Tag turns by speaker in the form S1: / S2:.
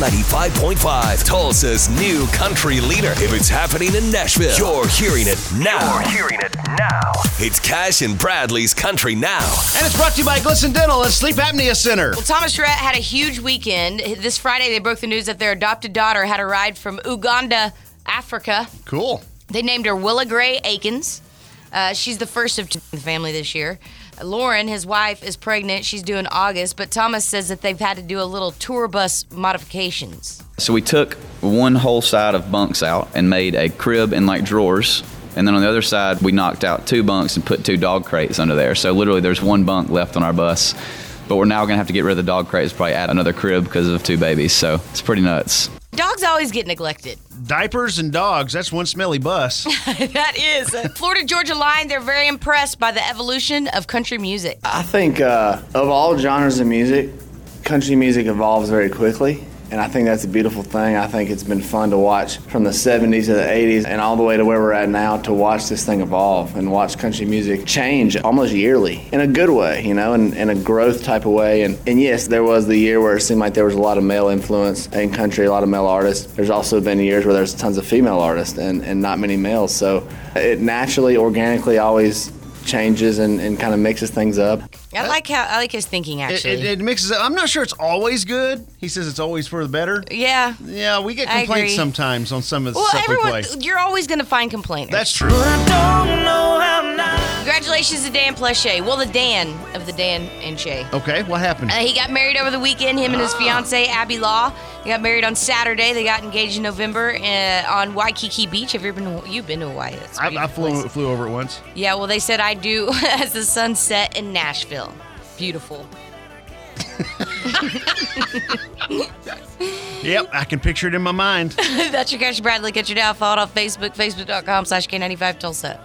S1: K95.5, Tulsa's new country leader. If it's happening in Nashville, you're hearing it now.
S2: You're hearing it now.
S1: It's Cash and Bradley's Country Now.
S3: And it's brought to you by Glisten Dental and Sleep Apnea Center.
S4: Well, Thomas Rhett had a huge weekend. This Friday, they broke the news that their adopted daughter had arrived from Uganda, Africa.
S3: Cool.
S4: They named her Willa Gray Akins. Uh, she's the first of two in the family this year. Lauren, his wife, is pregnant. She's due in August, but Thomas says that they've had to do a little tour bus modifications.
S5: So we took one whole side of bunks out and made a crib and like drawers. And then on the other side, we knocked out two bunks and put two dog crates under there. So literally, there's one bunk left on our bus. But we're now going to have to get rid of the dog crates, probably add another crib because of two babies. So it's pretty nuts.
S4: Dogs always get neglected.
S3: Diapers and dogs, that's one smelly bus.
S4: That is. Uh, Florida Georgia Line, they're very impressed by the evolution of country music.
S6: I think uh, of all genres of music, country music evolves very quickly. And I think that's a beautiful thing. I think it's been fun to watch from the 70s to the 80s and all the way to where we're at now to watch this thing evolve and watch country music change almost yearly in a good way, you know, in, in a growth type of way. And, and yes, there was the year where it seemed like there was a lot of male influence in country, a lot of male artists. There's also been years where there's tons of female artists and, and not many males. So it naturally, organically always changes and, and kind of mixes things up.
S4: I like how I like his thinking
S3: It,
S4: actually.
S3: it, it mixes up. I'm not sure it's always good. He says it's always for the better.
S4: yeah.
S3: Yeah, we get
S4: I
S3: complaints
S4: agree.
S3: sometimes on some of the
S4: Well,
S3: stuff we play.
S4: everyone, you're always going to find complainers.
S3: That's true.
S4: Congratulations to Dan Pleshay. Well, the Dan of the Dan and Shay.
S3: Okay, what happened?
S4: Uh, he got married over the weekend. Him and
S3: Ah.
S4: his fiancee Abby Law. They got married on Saturday. They got engaged in November uh, on Waikiki Beach. Have you been? To, you've been to Hawaii? That's a
S3: I, I
S4: beautiful
S3: flew
S4: place.
S3: flew over it once.
S4: Yeah. Well, they said I do as the sun set in Nashville. Beautiful.
S3: Yep, I can picture it in my mind.
S4: That's your Cash Bradley. Catch your down. Follow it on Facebook. Facebook.com/slash K95 Tulsa.